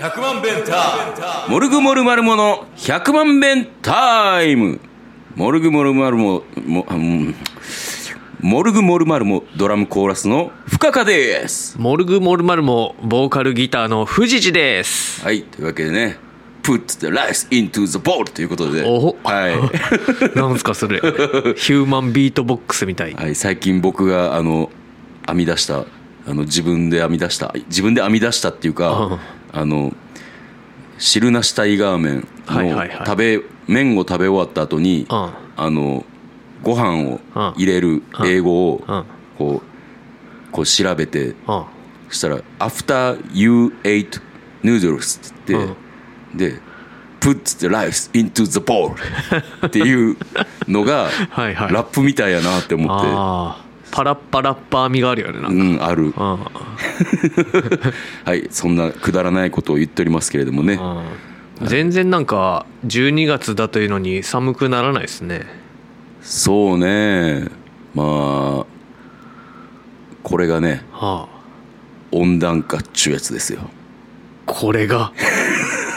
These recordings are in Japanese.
100万弁タモルグモルマルモの100万弁タイムモルグモルマルモも、うんモルグモルマルモドラムコーラスの深川ですモルグモルマルモボーカルギターの藤地ですはいというわけでね Put the rice into the bowl ということでおほはい なんすかそれヒューマンビートボックスみたいはい、最近僕があの編み出したあの自分で編み出した自分で編み出したっていううんかあの汁なしタイガー麺はいはいのはい食べ麺を食べ終わった後にうんあのご飯をうん入れる英語うをんこうこう調べてあそしたら「after you ate noodles」って言って、で「put the rice into the bowl」っていうのが はいはいラップみたいやなって思って。あーパラッパラッパー味があるよねなんかうん、ある。うん はい、そんなくだらないことを言っておりますけれどもね。うん全然なんか12月だというのに寒くならないですねそうね。まあ、これがね、は温暖化っちゅうやつですよ。あこれ が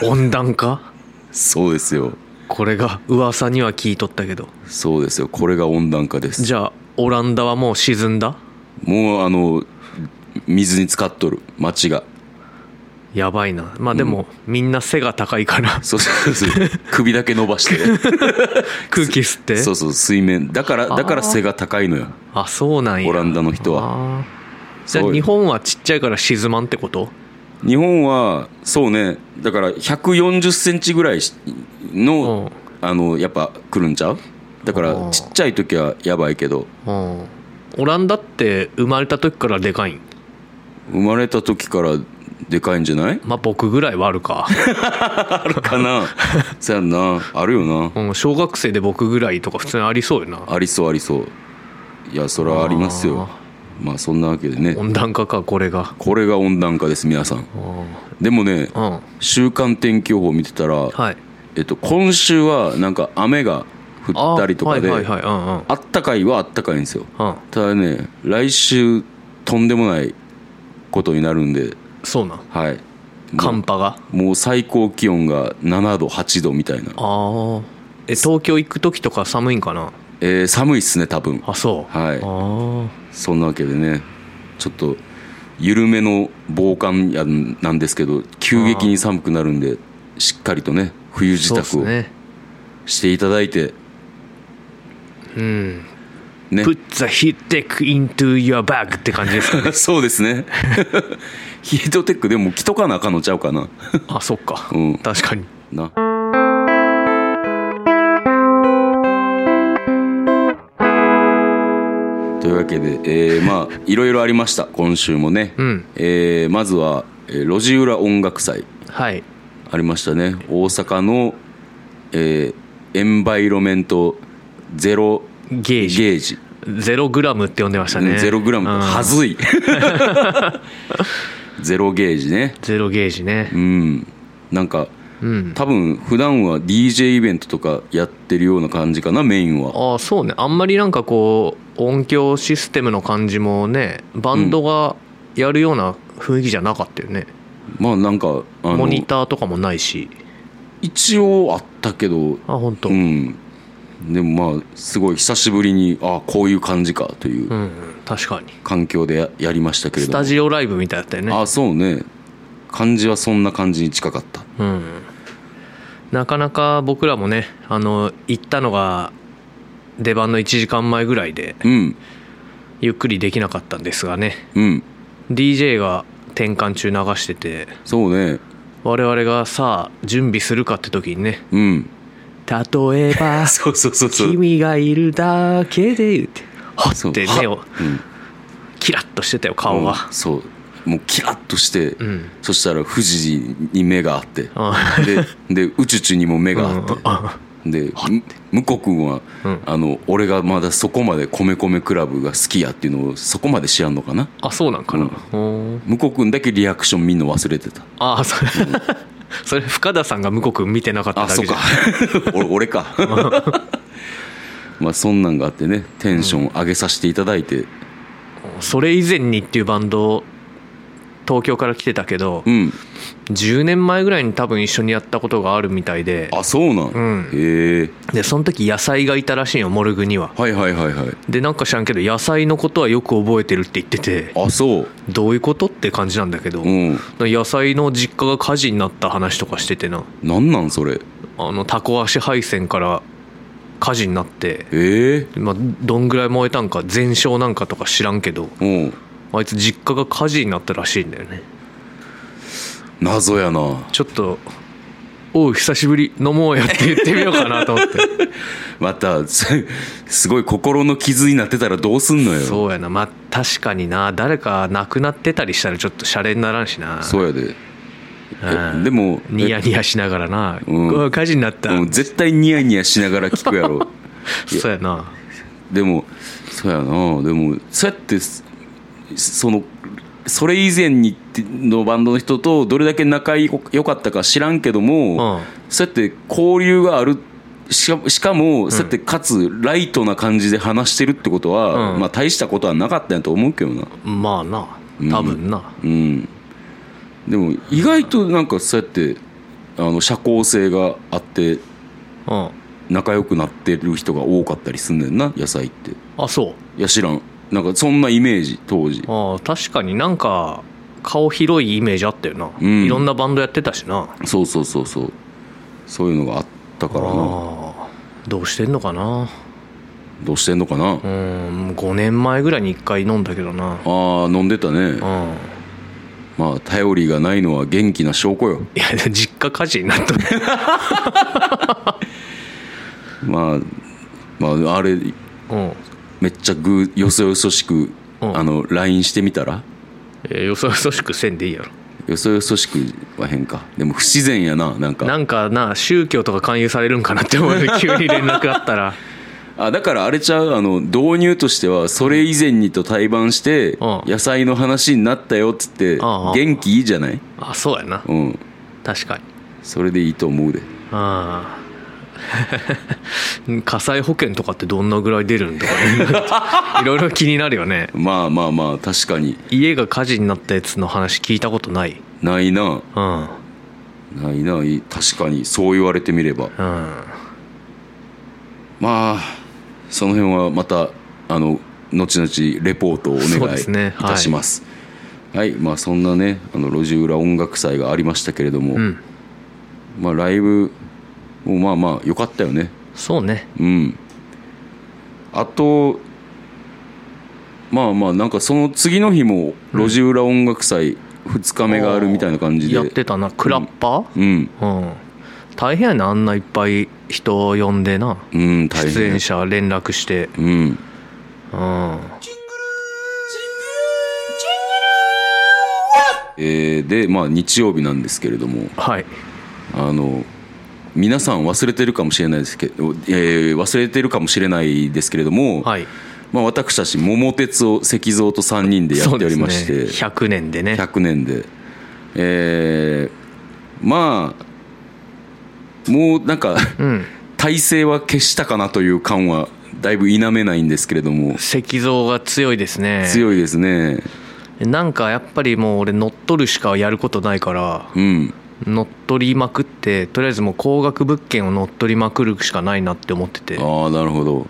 温暖化そうですよ。これが噂には聞いとったけどそうですよ。これが温暖化です。じゃあオランダはもう沈んだもう、あの、水に浸かっとる、街が。やばいなまあでも、みんな背が高いからそうそう そう。首だけ伸ばして。空気吸ってそうそう、水面。だから、だから背が高いのよ。あそうなんやオランダの人は。あーじゃそあう日本はちっちゃいから沈まんってこと日本はそうねだから140センチぐらいしの,、あのやっぱ来るんちゃうだかうらんちっちゃい時はやばいけどうんオランダって生まれた時からでかいん生まれた時からでかいんじゃないまあ僕ぐらいはあるか、あるか なそやんなあるよなうん、小学生で僕ぐらいとか普通にありそうよなありそうありそういやそれはありますよまあそんなわけでね温暖化かこれがこれが温暖化です皆さんでもねうん週間天気予報見てたら、はいえっと、今週はなんか雨が降ったりとかであーはいはいはいうんうんあったかいはあったかいんですようんただね来週とんでもないことになるんでそうなんはいも寒波がうもう最高気温が7度8度みたいなあ、あえ東京行く時とか寒いんかなえー寒いっすね多分あそうはいあそんなわけでねちょっと緩めの防寒やんなんですけど急激に寒くなるんでしっかりとね冬あ支そう度ですをねしていただいてうんね Put the heat tech into your bag って感じですかね そうですね ヒートテックでも着とかなあかんのちゃうかな あそっか、うん確かになというわけで、えー まあいろいろありました今週もね、うんえーまずは、えー路地裏音楽祭はいありましたね大阪の、えーエンバイロメントゼロゲージゲージゼログラムって呼んでましたねゼログラムうんはず い ゼロゲージねゼロゲージねうんなんかうん多分普段は DJ イベントとかやってるような感じかなメインはああそうねあんまりなんかこう音響システムの感じもねバンドがやるような雰囲気じゃなかったよね、まあなんかあモのニターとかもないし一応あったけどあ本当。ううんんでもまあすごい久しぶりにあこういう感じかといううん確かに環境でややりましたけれスどもタジオライブみたいだったよねあそうね感じはそんな感じに近かったうんなかなか僕らもねあの行ったのが出番の1時間前ぐらいでうんゆっくりできなかったんですがねうん DJ が転換中流しててそうね我々がさあ準備するかって時にね うん「例え ばそうそうそうそう君がいるだけで」ってはそうっては目をうんキラッとしてたよ顔がうんそうもうキラッとして、んそしたら富士に目があってあでで宇宙中にも目があって、うんあでむ向こう君は、うんあの俺がまだそこまで米米クラブが好きやっていうのをそこまで知らんのかなあそうなんかな、うんおー向こう君だけリアクション見んの忘れてたああそれ それ深田さんが向こう君見てなかったあだそうけじゃか俺 俺かまあそんなんがあってねテンション上げさせていただいて、んそれ以前にっていうバンド東京から来てたけど、うん10年前ぐらいに多分一緒にやったことがあるみたいであそうなん、うんへえでその時野菜がいたらしいよモルグにははいはいはいはいでなんか知らんけど野菜のことはよく覚えてるって言っててあそうどういうことって感じなんだけど、うん野菜の実家が火事になった話とかしててななんなんそれあのタコ足配線から火事になって、ええまあ、どんぐらい燃えたんか全焼なんかとか知らんけどうんあいつ実家が火事になったらしいんだよね謎やなちょっと「おう久しぶり飲もうや」って言ってみようかなと思って また すすごい心の傷になってたらどうすんのよそうやなまあ確かにな誰か亡くなってたりしたらちょっとシャレにならんしなそうやでうえでもニヤニヤしながらな「うんうわ火事になった」うん絶対ニヤニヤしながら聞くやろ そうやなでもそうやなでもそうやってすそのそれ以前にってのバンドの人とどれだけ仲良かったか知らんけども、うんそうやって交流があるしかしかもそうやってかつライトな感じで話してるってことは、うんまあ大したことはなかったんやと思うけどなまあな多分な、うんでも意外となんかそうやってあの社交性があってうん、仲良くなってる人が多かったりすんねんな野菜っていあそうや知らんなんかそんなイメージ当時ああ確かになんか顔広いイメージあったよな、うんいろんなバンドやってたしなそうそうそうそうそういうのがあったからなああどうしてんのかなどうしてんのかな、あうん5年前ぐらいに1回飲んだけどなあ飲んでたねうんまあ頼りがないのは元気な証拠よいや実家火事にな ったねまあまああれうんめっちゃぐよそよそしく、うんあの LINE してみたらえーよそよ そしくせんでいいやろよそよそしくは変かでも不自然やななんかなんかな宗教とか勧誘されるんかなって思 うよね急に連絡あったらあだからあれちゃうあの導入としてはそれ以前にと対バンしてうん野菜の話になったよっつってああ元気いいじゃないあそうやなうん確かにそれでいいと思うでああ 火災保険とかってどんなぐらい出るんだかね いろいろ気になるよねまあまあまあ確かに家が火事になったやつの話聞いたことないないなうんないない確かにそう言われてみればうんまあその辺はまたあの後々レポートをおそう願でいすねいたしますはい、まあそんなねあの路地裏音楽祭がありましたけれども、うんまあライブもまあまあ良かったよねそうねうんあとまあまあなんかその次の日も路地裏音楽祭2日目があるみたいな感じでやってたなクラッパーうんうん、大変やなあんないっぱい人を呼んでなうん大出変演者連絡してうんうんえーでまあ日曜日なんですけれどもはいあの皆さん忘れてるかもしれないですけど、えー忘れてるかもしれないですけれども、はいまあ、私たち桃鉄を石像と3人でやっておりましそうて、ですね、100年でね100年で、えーまあもうなんかうん体制は消したかなという感はだいぶ否めないんですけれども石像が強いですね強いですねなんかやっぱりもう俺乗っ取るしかやることないからうん乗っ取りまくってとりあえずもう高額物件を乗っ取りまくるしかないなって思っててうんああなるほど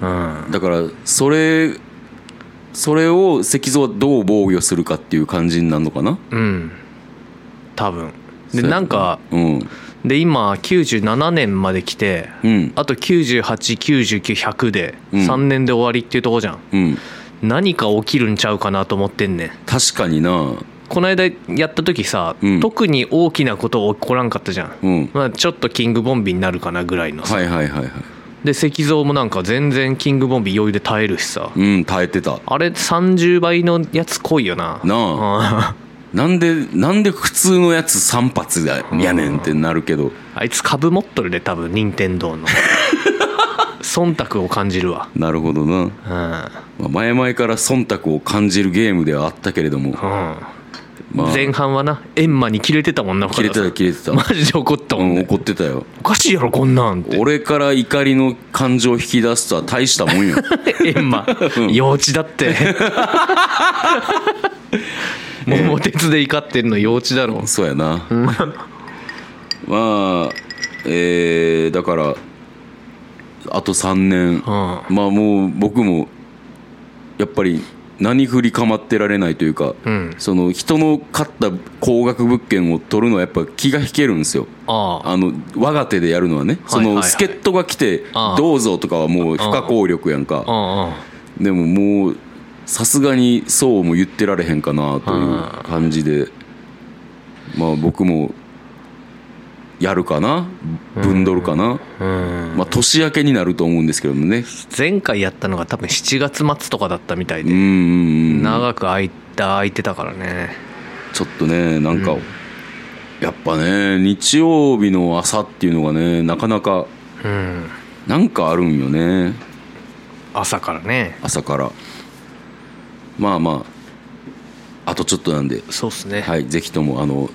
あだからそれそれを石像はどう防御するかっていう感じになるのかなうん多分そうでやねなんかうんで今97年まで来てうんあと9899100でうん3年で終わりっていうとこじゃんうん何か起きるんちゃうかなと思ってんねん確かになこの間やった時さうん特に大きなこと起こらんかったじゃんうんまあちょっとキングボンビーになるかなぐらいのさはいはいはいはいで石像もなんか全然キングボンビー余裕で耐えるしさうん耐えてたあれ30倍のやつ来いよななああなんでなんで普通のやつ3発だやねんってなるけどあいつ株持っとるで多分任 天堂の忖度を感じるわなるほどなうんまあ前々から忖度を感じるゲームではあったけれどもうんまあ前半はなエンマに切れてたもんな切れてた切れてた、マジで怒ったうもんん、ね怒ってたよおかしいやろこんなん って俺から怒りの感情を引き出すとは大したもん よエンマ幼稚だって 桃鉄で怒ってんの幼稚だろそうやなまあえー、だからあと3年、あまあもう僕もやっぱり何振り構ってられないというか、んその人の買った高額物件を取るのはやっぱ気が引けるんですよああの我が手でやるのはね、はいはいはそのい助っ人が来てああどうぞとかはもう不可抗力やんかあでももうさすがにそうも言ってられへんかなという感じでまあ僕もやるかなぶんどるかな、あうんまあ年明けになると思うんですけどもね前回やったのが多分7月末とかだったみたいうんでうんうん長く空いた空いてたからねちょっとねなんか、うんやっぱね日曜日の朝っていうのがねなかなかうんなんかあるんよね朝からね朝からまあまああとちょっとなんで、そうっすねはい、ぜひともあの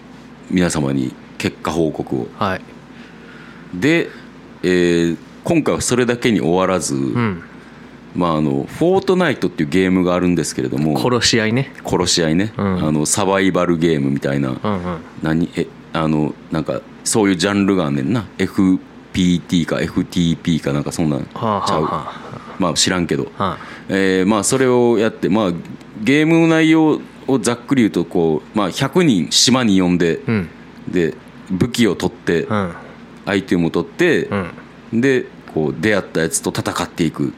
皆様に結果報告をはいで、えー今回はそれだけに終わらず、うんまああの「フォートナイト」っていうゲームがあるんですけれども殺し合いね殺し合いね、うんあのサバイバルゲームみたいな、うんうん何えあのなんかそういうジャンルがあんねんな FPT か FTP かなんかそんなんちはあはゃう、あはまあ知らんけど、あはあえーまあそれをやってまあゲームの内容をざっくり言うとこう、まあ、100人島に呼んで、うんで武器を取って、うんアイテムを取ってう、んでこう出会ったやつと戦っていく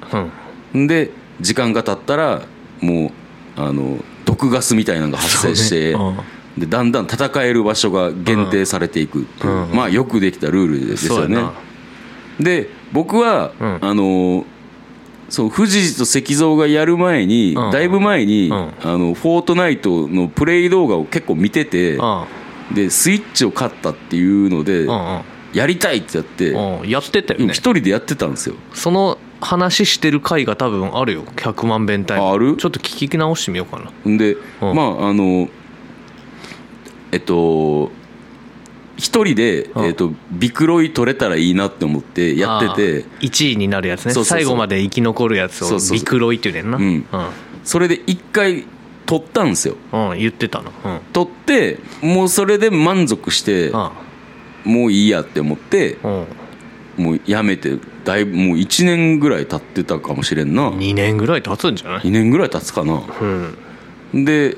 うんんで時間が経ったらもうあの毒ガスみたいなのが発生して、そうねでだんだん戦える場所が限定されていくっていう、うんまあよくできたルールですそうよやねなで僕は、うんあのーそう富士と石像がやる前に、うんだいぶ前に、うんあのフォートナイトのプレイ動画を結構見てて、あでスイッチを買ったっていうので、あやりたいってやって、うんうんうんやってたようんね一人でやってたんですよその話してる回が多分あるよ100万弁タイムああるちょっと聞き直してみようかなんで、うんまああのえっと一人で、んえっと、ビクロイ取れたらいいなって思ってやってて1位になるやつねそうそうそう最後まで生き残るやつそをうそうそうビクロイって言うねんなうんそれで一回取ったんですようん、うん、言ってたのうん取ってもうそれで満足してあもういいやって思ってあうんもうやめてだいぶもう1年ぐらい経ってたかもしれんな2 2年ぐらい経つんじゃない年ぐらい経つかなうんで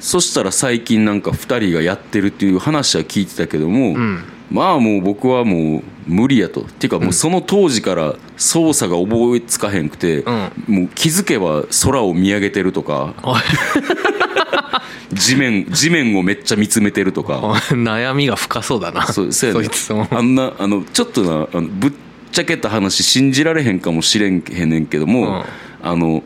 そしたら最近なんか2人がやってるっていう話は聞いてたけども、うんまあもう僕はもう無理やとっていうかもうその当時から操作が覚えつかへんくて、んもう気づけば空を見上げてるとかおい地面地面をめっちゃ見つめてる とか悩みが深そうだなそうそうやねいつもあんなあのちょっとなあのぶっちゃけた話信じられへんかもしれんへんねんけども、うんあの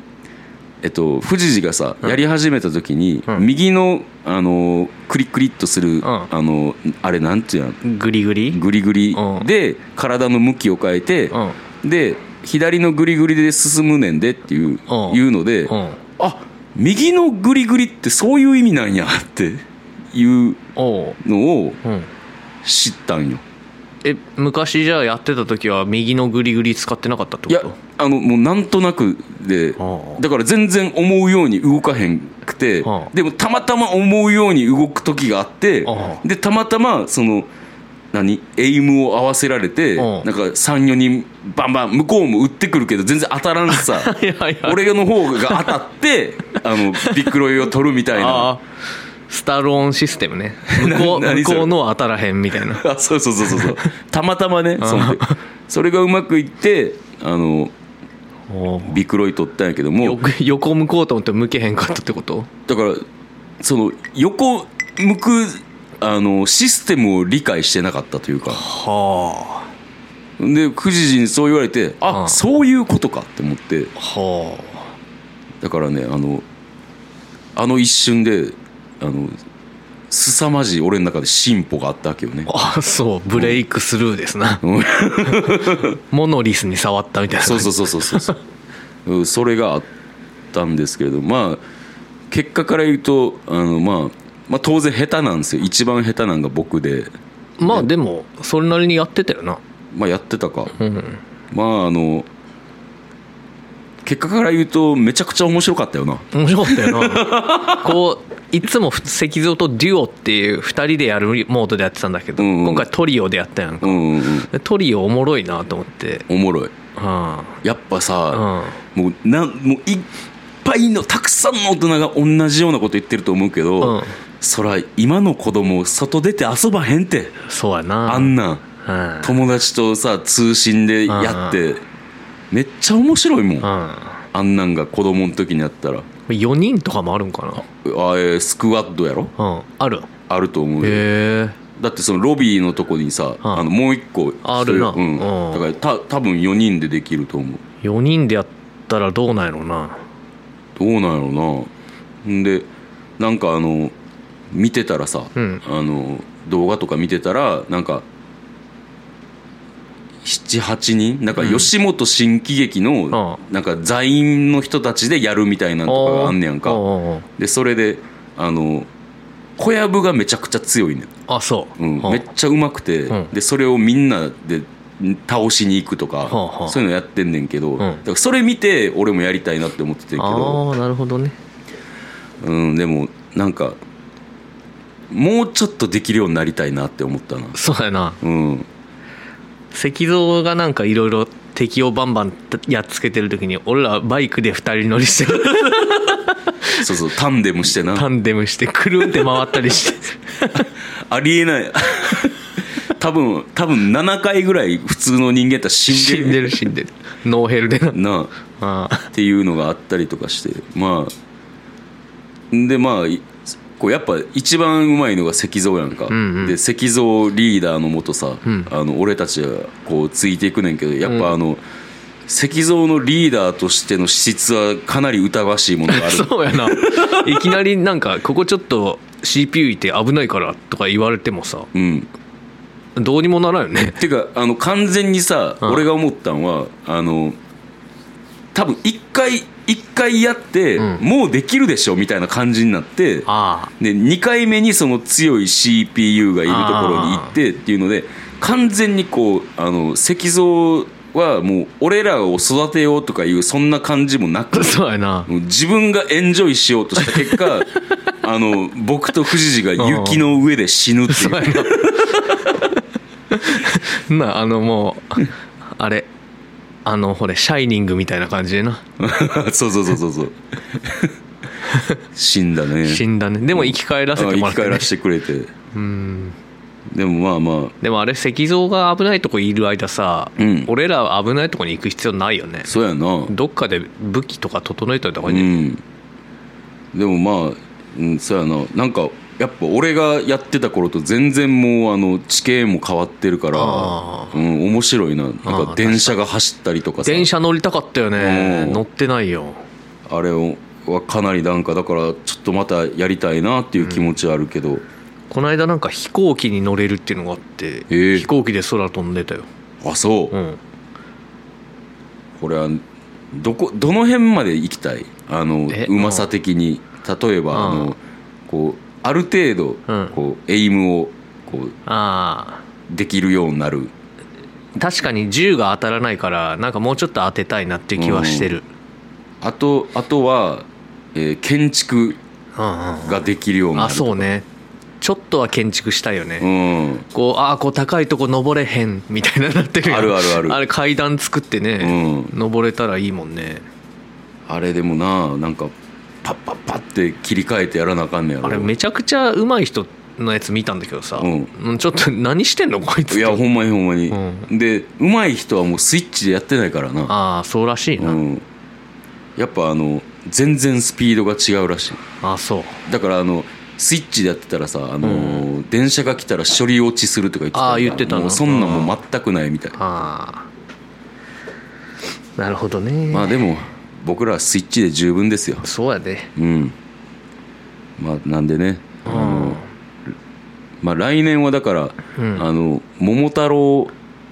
えっと富士寺がさやり始めた時に、うん右のあのクリクリっとする、んあのあれなんていうのグリグリグリグリうんで体の向きを変えて、うんで左のグリグリで進むねんでっていう,、うんいうので、うんあ右のグリグリってそういう意味なんやっていうおうのをうん知ったんよえ昔じゃあやってた時は右のグリグリ使ってなかったっていやことあのもうなんとなくでああだから全然思うように動かへんくてああでもたまたま思うように動く時があってああでたまたまその何エイムを合わせられてあなあんか34人バンバン向こうも打ってくるけど全然当たらんさ いやいや俺の方が当たってあのビックロイを取るみたいなああスタローンシステムね向こうな 向何それこうのは当たらへんみたいなあ そうそうそうそうそうたまたまねそんでそれがうまくいってあのおうビックロイ取ったんやけどもよ横向こうと思って向けへんかったってことだからその横向くあのシステムを理解してなかったというかはで富士寺にそう言われてあ、うんそういうことかって思ってあはだからねあのあの一瞬であの凄まじい俺の中で進歩があったわけよねああそうブレイクスルーですなモノリスに触ったみたいなそうそううそうそうそうそううんそれがあったんですけれどまあ結果から言うとあのまあまあ、当然下手なんですよ一番下手なんが僕で、まあでもそれなりにやってたよなまあ、やってたかうんまああの結果から言うとめちゃくちゃ面白かったよな面白かったよなこういつも石像とデュオっていう2人でやるモードでやってたんだけど、うんうん今回トリオでやったやんか、うんうんうんでトリオおもろいなと思っておもろいはやっぱさ、あもうなんもういっぱいのたくさんの大人が同じようなこと言ってると思うけど、うんそら今の子供外出て遊ばへんてうんそうやなあんなんうん友達とさ通信でやってめっちゃ面白いもんうんあんなんが子供の時にやったらあ4人とかもあるんかえースクワッドやろなうんあるあると思うよへえだってそのロビーのとこにさああのもう一個あるなそういううんうん、だからた多分4人でできると思う4人でやったらどうなんやろうなどうなんやろなほんでなんかあの見てたらさ、うんあの動画とか見てたらなんか78人なんか吉本新喜劇のなんか在員の人たちでやるみたいなんとかがあんねやんおうかおうおうでそれであの小籔がめちゃくちゃ強いねんあそう、うん、はあめっちゃうまくて、うんでそれをみんなで倒しに行くとか、はあはあそういうのやってんねんけど、んだからそれ見て俺もやりたいなって思っててんけど、ああなるほどねうん、でもなんかもうちょっとできるようになりたいなって思ったなそうやなうん石像がなんかいろいろ敵をバンバンやっつけてる時に俺らバイクで2人乗りしてそうそうタンデムしてなタンデムしてくるんって回ったりしてありえない 多分多分7回ぐらい普通の人間やったら 死ん死でんるでる死んでるノーヘルでなな あああっていうのがあったりとかしてまあんでまあいこうやっぱ一番うまいのが石像やんか、んうんで石像リーダーのもとさ、んあの俺たちはこうついていくねんけどやっぱあの、石像のリーダーとしての資質はかなり疑わしいものがある そうやないきなりなんかここちょっと CPU いて危ないからとか言われてもさうんどうにもならんよねてかあの完全にさ、ん俺が思ったんはあの多分一回一回やって、うんもうできるでしょみたいな感じになってあで2回目にその強い CPU がいるところに行ってっていうので完全にこうあの石像はもう俺らを育てようとかいうそんな感じもなくあ そうやなもう自分がエンジョイしようとした結 果あの僕と富士寺が雪の上で死ぬっていうそうやななあのも うあれあのほれシャイニングみたいな感じでなそうそうそうそうそう死んだね 死んだねでも生き返らせてもあ生らっきた、返ねら、せてくれてうんでもまあまあでもあれ石像が危ないとこいる間さ、うん俺ら危ないとこに行く必要ないよねそうやなどっかで武器とか整えといた方がいいね、うん、でもまあ、うん、そうやななんかやっぱ俺がやってた頃と全然もうあの地形も変わってるから、あうん、面白いななんか電車が走ったりとかさ電車乗りたかったよね、うん乗ってないよあれをはかなりなんかだからちょっとまたやりたいなっていう気持ちはあるけど、この間なんか飛行機に乗れるっていうのがあって、え飛行機で空飛んでたよあそう、うんこれはどこどの辺まで行きたいあのえうまさ的に例えばあうんのこうある程度うんこうエイムをこうあできるようになるあ確かに銃が当たらないからなんかもうちょっと当てたいなっていう気はしてる、あとあとは、えー建築うんうんができるようになるあそうねちょっとは建築したいよね、うんこうああこう高いとこ登れへんみたいななってるやんあるあるあるあれ階段作ってね、う登れたらいいもんねあれでもななんかパッパッパッって切り替えてやらなあかんねやろあれめちゃくちゃうまい人のやつ見たんだけどさ、うんうんちょっと何してんのこいつっていやほんまにほんまに、うでうまい人はもうスイッチでやってないからなああそうらしいな、うんやっぱあの全然スピードが違うらしいああそうだからあのスイッチでやってたらさあのー、電車が来たら処理落ちするとか言ってたからあー言ってたなもうそんなんもう全くないみたいああなるほどね、まあでも僕らはスイッチで十分ですよそうやでうんまあなんでね、あうんのまあ、来年はだから、うんあの桃太郎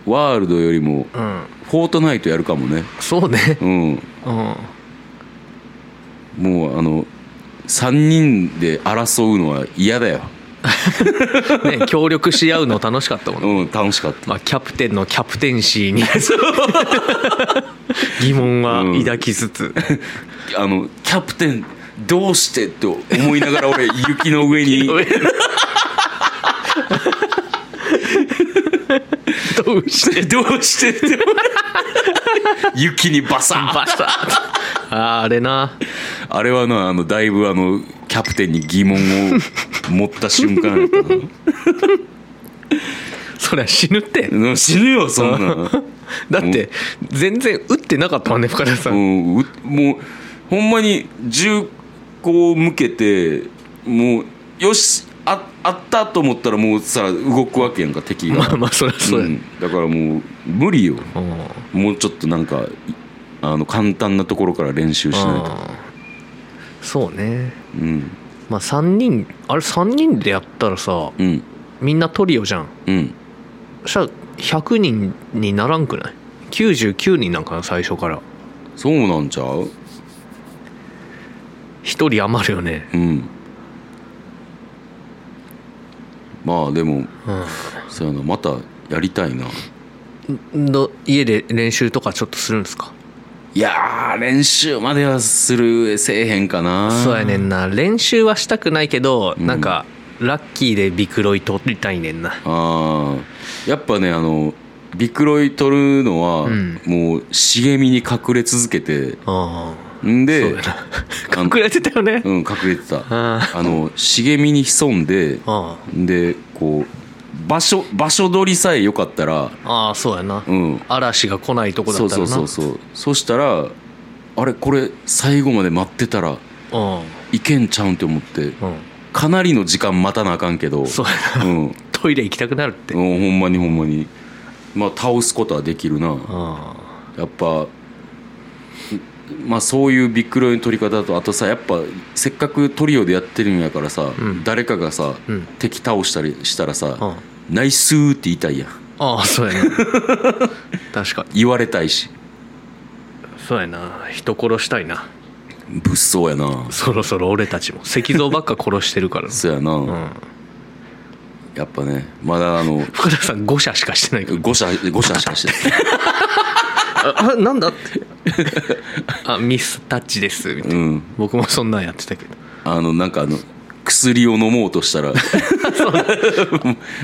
ワールドよりもうんフォートナイトやるかもねそうねうんうんもうあの3人で争うのは嫌だよ、ね、協力し合うの楽しかったもんね、うん、楽しかったまあ、キャプテンのキャプテンシーに 疑問は抱きつつ、あのキャプテンどうしてと思いながら俺雪の上に どうしてどうしてって 雪にバサッバサッとあーあれなあれはなあのだいぶあのキャプテンに疑問を持った瞬間やったなそりゃ死ぬって うん死ぬよそんなのだって全然打ってなかったもんね深田さうんんうもうほんまに銃口を向けてもうよしああったと思ったらもうさ動くわけやんか敵が、まあまあそりゃそうや、んだからもう無理ようんもうちょっとなんかいあの簡単なところから練習しないとあーそうねうんまあ3人あれ3人でやったらさうんみんなトリオじゃんうんそしたら100人にならんくない99人なんかな最初からそうなんちゃう1人余るよねうんまあでもうそうやなまたやりたいなんの家で練習とかちょっとするんですかいやー練習まではするせえへんかなそうやねんな練習はしたくないけど、んなんかラッキーでビクロイ取りたいねんなああやっぱねあのビクロイ取るのは、うんもう茂みに隠れ続けてあんあそでうやなあの隠れてたよねうん隠れて たああの茂みに潜んであでこう場所場所取りさえよかったらああそうやな、うん嵐が来ないとこだそっうたらそうなそうそうそしたらあれこれ最後まで待ってたらいけんちゃうんって思ってうん、うん、かなりの時間待たなあかんけどそうやなうん、うん、トイレ行きたくなるって、ほんまにほんまにまあ倒すことはできるなあやっぱまあそういうビックロイの取り方とあとさやっぱせっかくトリオでやってるんやからさ、ん誰かがさ、うん敵倒したりしたらさ「あうんナイスー」って言いたいやんああそうや な確かに言われたいしそうやな人殺したいな物騒やなそろそろ俺たちも石像ばっか殺してるから そうやな、うんやっぱねまだあの深田さん5社しかしてないから5社5社しかして ないああなんだって あミスタッチですみたいな、うん僕もそんなんやってたけどあのなんかあの薬を飲もうとしたら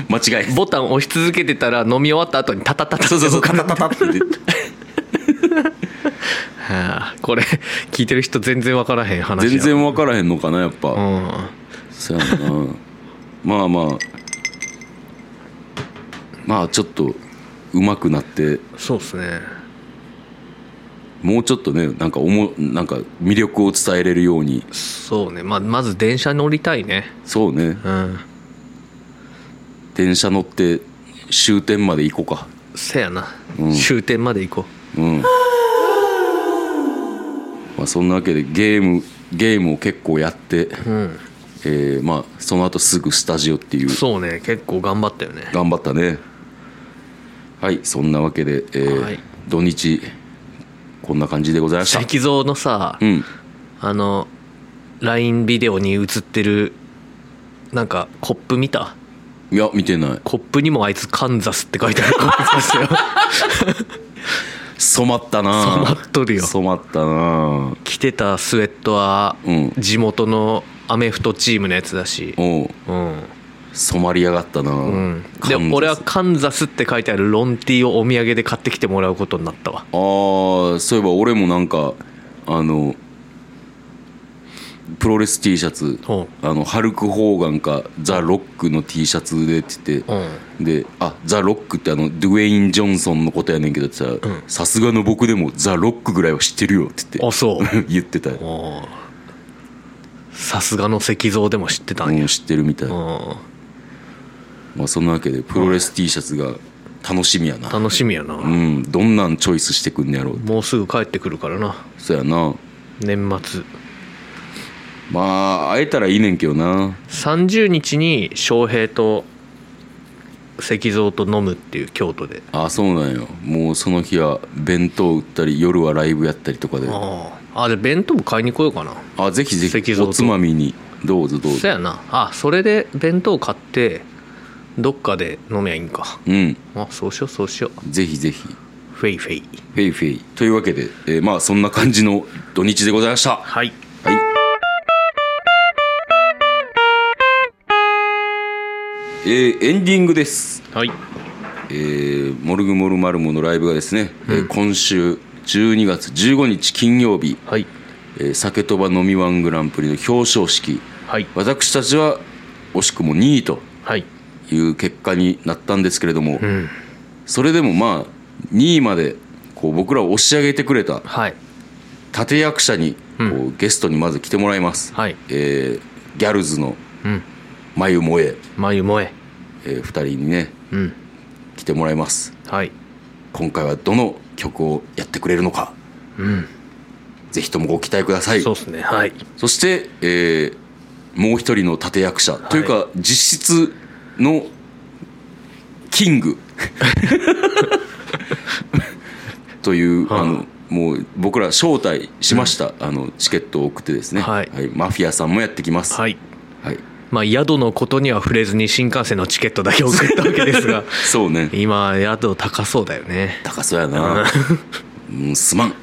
間違えボタン押し続けてたら飲み終わった後にタタタタそうそうそうタタタタって はあこれ聞いてる人全然分からへん話全や然分からへんのかなやっぱ、うんそうやなまあまあまあちょっと上手くなってそうっすねもうちょっとねなんかおもなんか魅力を伝えれるようにそうねまあまず電車乗りたいねそうねうん電車乗って終点まで行こうかせやな、うん終点まで行こうんまあそんなわけでゲームゲームを結構やって、ううんえーまあその後すぐスタジオっていうそうね結構頑張ったよね頑張ったねはいそんなわけで、えーはい土日こんな感じでございました石像のさ、うんあの LINE ビデオに映ってるなんかコップ見たいや見てないコップにもあいつカンザスって書いて あるコップですよ染まったな染まっとるよ染まったな着てたスウェットはうん地元のアメフトチームのやつだしおううん、染まりやがったな、うん、でカンザス俺はカンザスって書いてあるロンティーをお土産で買ってきてもらうことになったわああそういえば俺もなんかあのプロレス T シャツおうあのハルク・ホーガンかザ・ロックの T シャツでって言って、うんで「あザ・ロック」ってあのドゥエイン・ジョンソンのことやねんけどってさんさすがの僕でも「ザ・ロック」ぐらいは知ってるよって言あってそう 言ってたよ、おう さすがの石像でも知ってたうんやん、知ってるみたい、うんまあ、そんなわけでプロレス T シャツが楽しみやな、楽しみやな、うん、どんなんチョイスしてくんねやろうもうすぐ帰ってくるからなそやな年末まあ会えたらいいねんけどな30日に翔平と石像と飲むっていう京都であそうなんよもうその日は弁当売ったり夜はライブやったりとかであああで弁当も買いに来ようかなあぜひぜ石ひ像とおつまみにどうぞどうそぞやなあそれで弁当買ってどっかで飲めばいいんかうんあそうしようそうしようぜひぜひフェイフェイフェイフェイというわけで、えーまあそんな感じの土日でございましたはいはい。えーエンディングです、はいえーモルグモルマルモのライブがですね、えー今週12月15日金曜日、はいえー酒とば飲みワングランプリの表彰式はい私たちは惜しくも2位とはいいう結果になったんですけれども、うんそれでもまあ2位までこう僕らを押し上げてくれたはい立役者にこう、ゲストにまず来てもらいます、はいえーギャルズのうん眉萌え眉萌ええー、2人にねうん来てもらいますはい今回はどの曲をやってくれるのかうんぜひともご期待くださいそうそっすねはいして、えーもう一人の立役者、というか実質のキン グという、はいあのもう僕ら招待しました、あのチケットを送ってですね、はいマフィアさんもやってきます、はいはいまあ宿のことには触れずに新幹線のチケットだけ送ったわけです がそうね今宿高そうだよね高そうやな、うん、す まん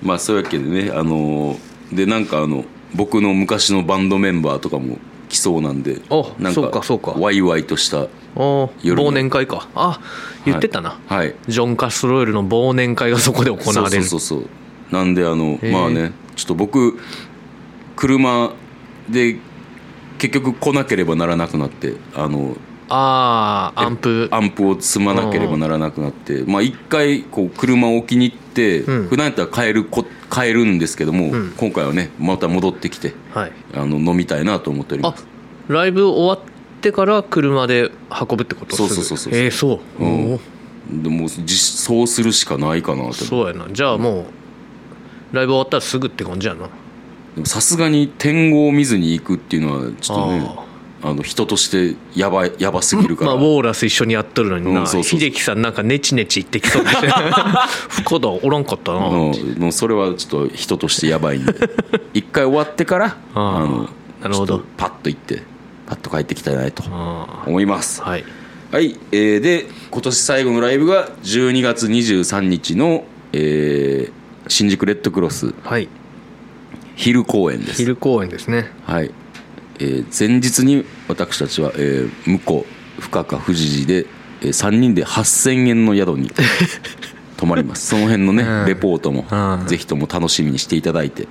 まあそういうわけでねあのーでなんかあの僕の昔のバンドメンバーとかも来そうなんでおなんそうかそうかワイワイとしたおー夜の忘年会かあ言ってたな、はいジョン・カストロイルの忘年会がそこで行われるそうそうそうそうなんであのへえまあねちょっと僕車で結局来なければならなくなってあのああアンプアンプを積まなければならなくなって、まあ、一回こう車を置きに行って、ん普段やったら買えるこ買えるんですけども、ん今回はねまた戻ってきてはいあの飲みたいなと思っておりまあすライブ終わってから車で運ぶってことそうそうすぐそうそうえー、そう、うんおーでも実そうするしかないかなとそうやなじゃあもうライブ終わったらすぐって感じやなでもさすがに天候を見ずに行くっていうのはちょっとねあの人としてやばいやばすぎるかまら、あ、ウォーラス一緒にやっとるのにな、うんそうそうそう秀樹さんなんかネチネチ言ってきそうだし 深田おらんかったな、うんもうそれはちょっと人としてやばいん で一回終わってからあーなるほどちょっとパッと行ってパッと帰ってきたらないとあ思いますーはいはい、えーで今年最後のライブが12月23日の、えー新宿レッドクロスはい昼公演です、昼公演ですねはいえー前日に私たちは、えー、向こう深川富士寺で、え3人で8000円の宿 に泊まりますその辺のね、うんレポートも、うんぜひとも楽しみにしていただいて、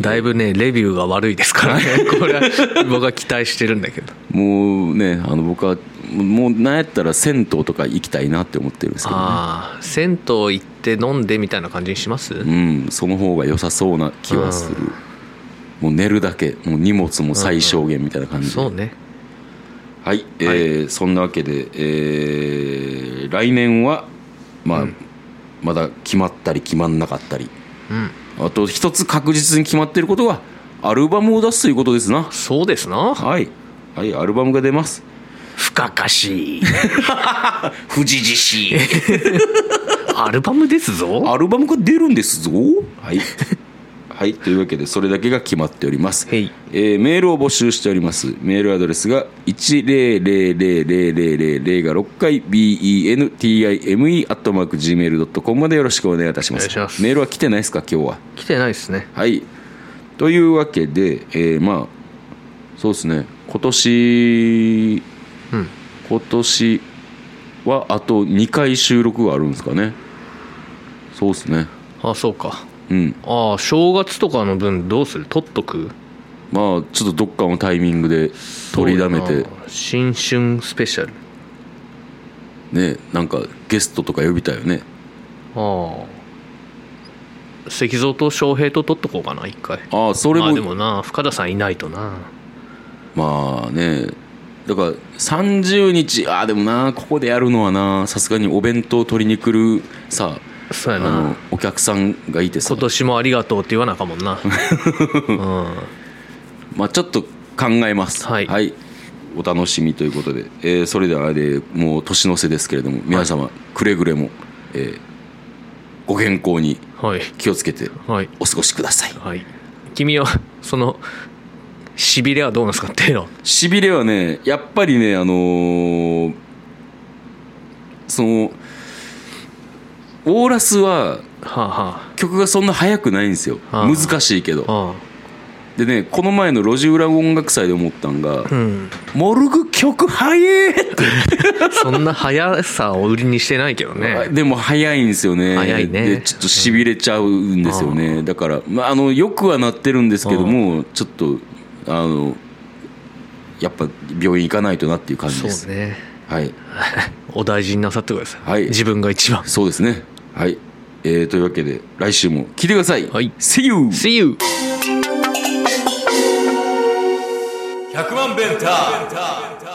だいぶねレビューが悪いですからね これは僕は期待してるんだけどもうねあの僕はもうなんやったら銭湯とか行きたいなって思ってるんですけど、ね、ああ銭湯行って飲んでみたいな感じにします、うん、その方が良さそうな気はする、もう寝るだけもう荷物も最小限みたいな感じで、そうねはい、えーそんなわけで、えー来年はまあ、まだ決まったり決まんなかったりうんあと一つ確実に決まってることはアルバムを出すということですなそうですなはいはいアルバムが出ます不可か しい富士自 身アルバムですぞアルバムが出るんですぞはい、 はい、というわけでそれだけが決まっておりますはいえーメールを募集しておりますメールアドレスが1000000が6回 bentime.gmail.com までよろしくお願いいたしますお願いしますメールは来てないですか今日は来てないですねはいというわけで、えーまあそうですね今年うん今年はあと2回収録があるんですかねそうですねあそうかうんああ正月とかの分どうする取っとくまあちょっとどっかのタイミングで取りだめそうてだな新春スペシャルねなんかゲストとか呼びたいよねああ石像と翔平と取っとこうかな一回ああそれまあも,、でもな深田さんいないとなまあねだから30日ああでもなここでやるのはなさすがにお弁当取りに来るさそうあやなのお客さんがいてさ今、年もありがとうって言わなあかんもんなうんまあ、ちょっと考えますはいお楽しみということで、えーそれでは、えーもう年の瀬ですけれども皆様、くれぐれも、えーご健康にはい気をつけてはいお過ごしくださいはい君はそのしびれはどうなんですか手のしびれはねやっぱりねあのーそのオーラスははあは曲がそんな速くないんですよああ難しいけどああでねこの前の路地裏音楽祭で思ったんがあうん「モルグ曲速え!」ってそんな速さを売りにしてないけ どねでも早いんですよね早いねでちょっとしびれちゃうんですよね、だから、まあ、あのよくはなってるんですけども、ちょっとあのやっぱ病院行かないとなっていう感じそでうす、ねはいお大事になさってください、はい自分が一番そうですねはい、えーというわけで来週も聞いてください、はい See you! See you! 100万ベンター